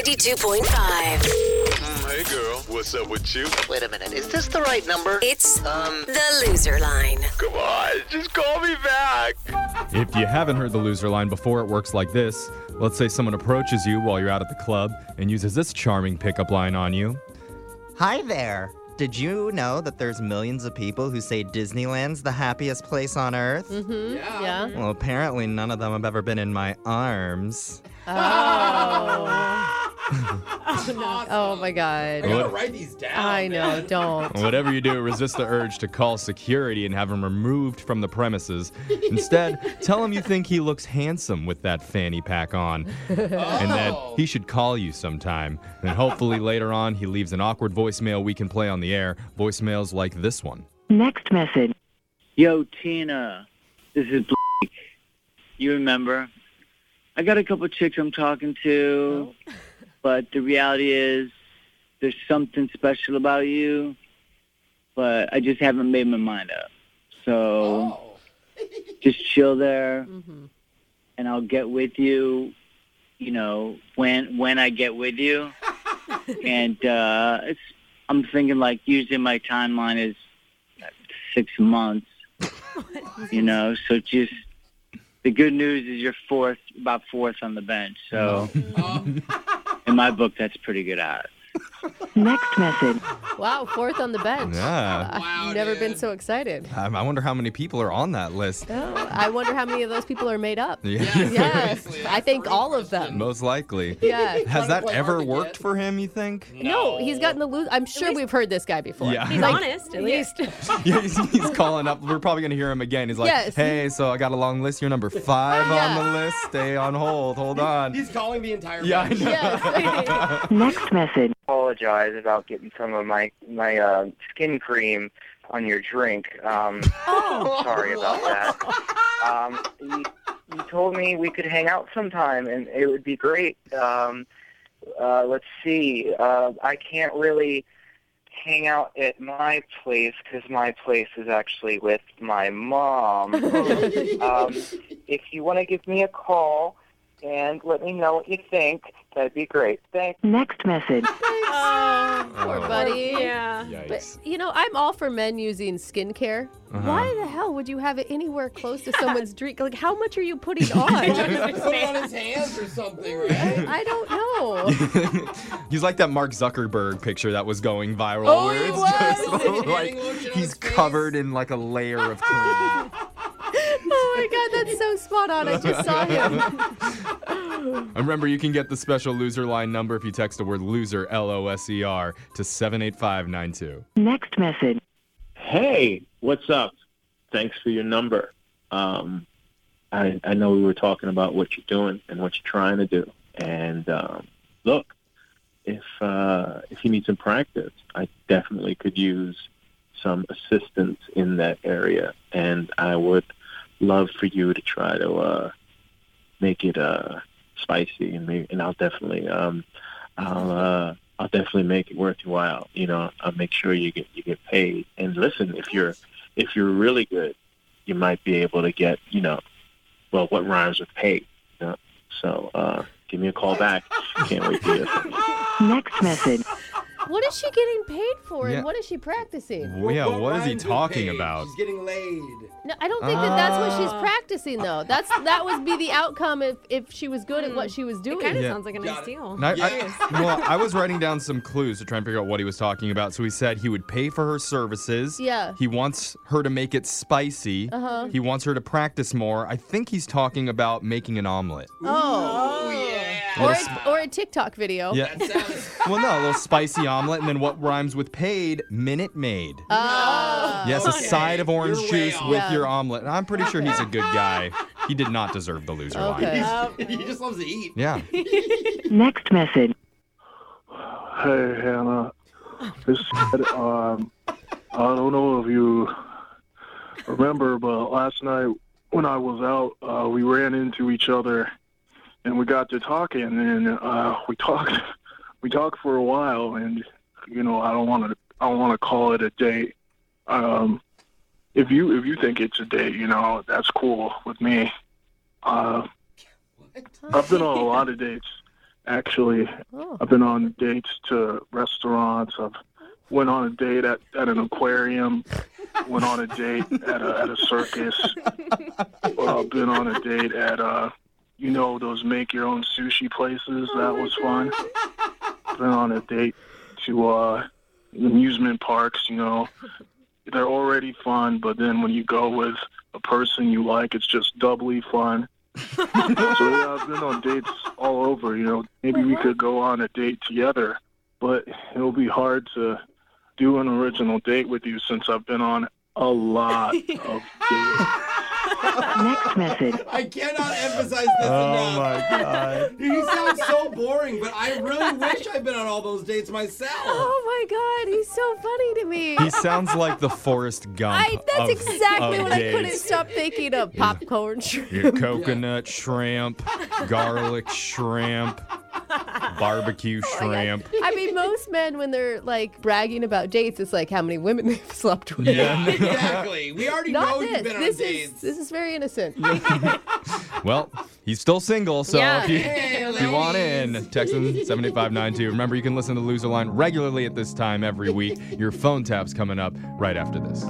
92.5. Mm, hey girl, what's up with you? Wait a minute, is this the right number? It's Um, the loser line. Come on, just call me back. If you haven't heard the loser line before, it works like this. Let's say someone approaches you while you're out at the club and uses this charming pickup line on you. Hi there. Did you know that there's millions of people who say Disneyland's the happiest place on earth? Mm-hmm. Yeah. Well, apparently none of them have ever been in my arms. Oh. oh my god. What- write these down. I know. Don't. Whatever you do, resist the urge to call security and have him removed from the premises. Instead, tell him you think he looks handsome with that fanny pack on and that Oh. he should call you sometime. And hopefully later on, he leaves an awkward voicemail we can play on the air. Voicemails like this one. Next message. Yo, Tina, this is Blake. You remember? I got a couple chicks I'm talking to, but the reality is there's something special about you, but I just haven't made my mind up. So just chill there, and I'll get with you, you know, when when I get with you. and uh, it's, I'm thinking like usually my timeline is six months you know. So just the good news is you're fourth, about fourth on the bench. So in my book, that's pretty good odds. Next message. Wow. Fourth on the bench. Yeah. I've never been so excited. Um, Ah, I wonder how many people are on that list. Oh, I wonder how many of those people are made up. Yeah. Yes. I think all of them. Most likely. Yeah. Has that ever hard to worked get. for him, you think? No, he's gotten the loser. I'm sure we've heard this guy before. Yeah. He's honest, at least. Yeah, he's, he's calling up. We're probably going to hear him again. He's like, Yes. hey, so I got a long list. You're number five Yeah. on the list. Stay on hold. Hold on. He's calling the entire Yeah, I bench. know. yes. Next message. Apologize about getting some of my my uh, skin cream on your drink. Um, sorry about that. Um, you, you told me we could hang out sometime, and it would be great. Um, uh, let's see. Uh, I can't really hang out at my place because my place is actually with my mom. um, if you want to give me a call and let me know what you think, that'd be great. Thanks. Next message. Poor Oh. buddy. Yikes. But you know, I'm all for men using skincare. Uh-huh. Why the hell would you have it anywhere close to someone's drink? Like, how much are you putting on? Put it on his hands or something, right? I don't know. he's like that Mark Zuckerberg picture that was going viral. Oh, where he it's was. Just like, Getting lotion on he's his face. covered in like a layer of cream. Oh my god, that's so spot on. I just saw him. And remember, you can get the special loser line number if you text the word loser, L O S E R, to 78592. Next message. hey, what's up? Thanks for your number. Um, I, I know we were talking about what you're doing and what you're trying to do. And um, look, if uh, if you need some practice, I definitely could use some assistance in that area. And I would love for you to try to uh, make it uh, spicy, and make, and I'll definitely um, I'll uh, I'll definitely make it worth your while. You know, I'll make sure you get you get paid. And listen, if you're if you're really good, you might be able to get you know, well, what rhymes with pay? You know? So uh, give me a call back. Can't wait to hear from you. Next message. What is she getting paid for Yeah. and what is she practicing? Well, yeah, what is he rhymes with talking paid? about? She's getting laid. No, I don't think that that's what she's Ah. practicing though. That's that would be the outcome if if she was good at what she was doing. Yeah. Sounds like a Got nice it. deal. And I, Yes. I, well, I was writing down some clues to try and figure out what he was talking about. So he said he would pay for her services. Yeah. He wants her to make it spicy. Uh-huh. He wants her to practice more. I think he's talking about making an omelet. Oh. Or a, or a TikTok video. Yeah. well, no, a little spicy omelet, and then what rhymes with paid? Minute Maid. Ah. yes, a side of orange You're way juice off. with Yeah. your omelet. And I'm pretty sure he's a good guy. He did not deserve the loser Okay. line. he just loves to eat. Yeah. Next message. Hey, Hannah. This um, I don't know if you remember, but last night when I was out, uh, we ran into each other, and we got to talking, and uh, we talked, we talked for a while, and you know, I don't want to, I don't want to call it a date. Um, if you if you think it's a date, you know, that's cool with me. Uh, I've been on a lot of dates, actually. Oh. I've been on dates to restaurants. I've went on a date at, at an aquarium. went on a date at a, at a circus. uh, been on a date at uh, you know those make your own sushi places. that was fun. Been on a date to uh, amusement parks. You know, they're already fun, but then when you go with a person you like, it's just doubly fun. so yeah, I've been on dates all over. You know, maybe we could go on a date together, but it'll be hard to do an original date with you since I've been on a lot of dates. Next message. I cannot emphasize this Oh enough. god. He sounds so boring, but I really wish I'd been on all those dates myself. Oh my god, he's so funny to me. He sounds like the Forrest Gump. I, of- that's exactly of what I couldn't days. stop thinking of. Popcorn shrimp. Your coconut shrimp, garlic shrimp, barbecue shrimp. I mean, most men when they're like bragging about dates, it's like how many women they've slept with. Yeah. Exactly. We already Not know this. you've been This on is dates. this is very innocent. well, he's still single, so Yeah. if you, Hey, if you want in, ladies. text him 7592. Remember, you can listen to Loser Line regularly at this time every week. Your phone tap's coming up right after this.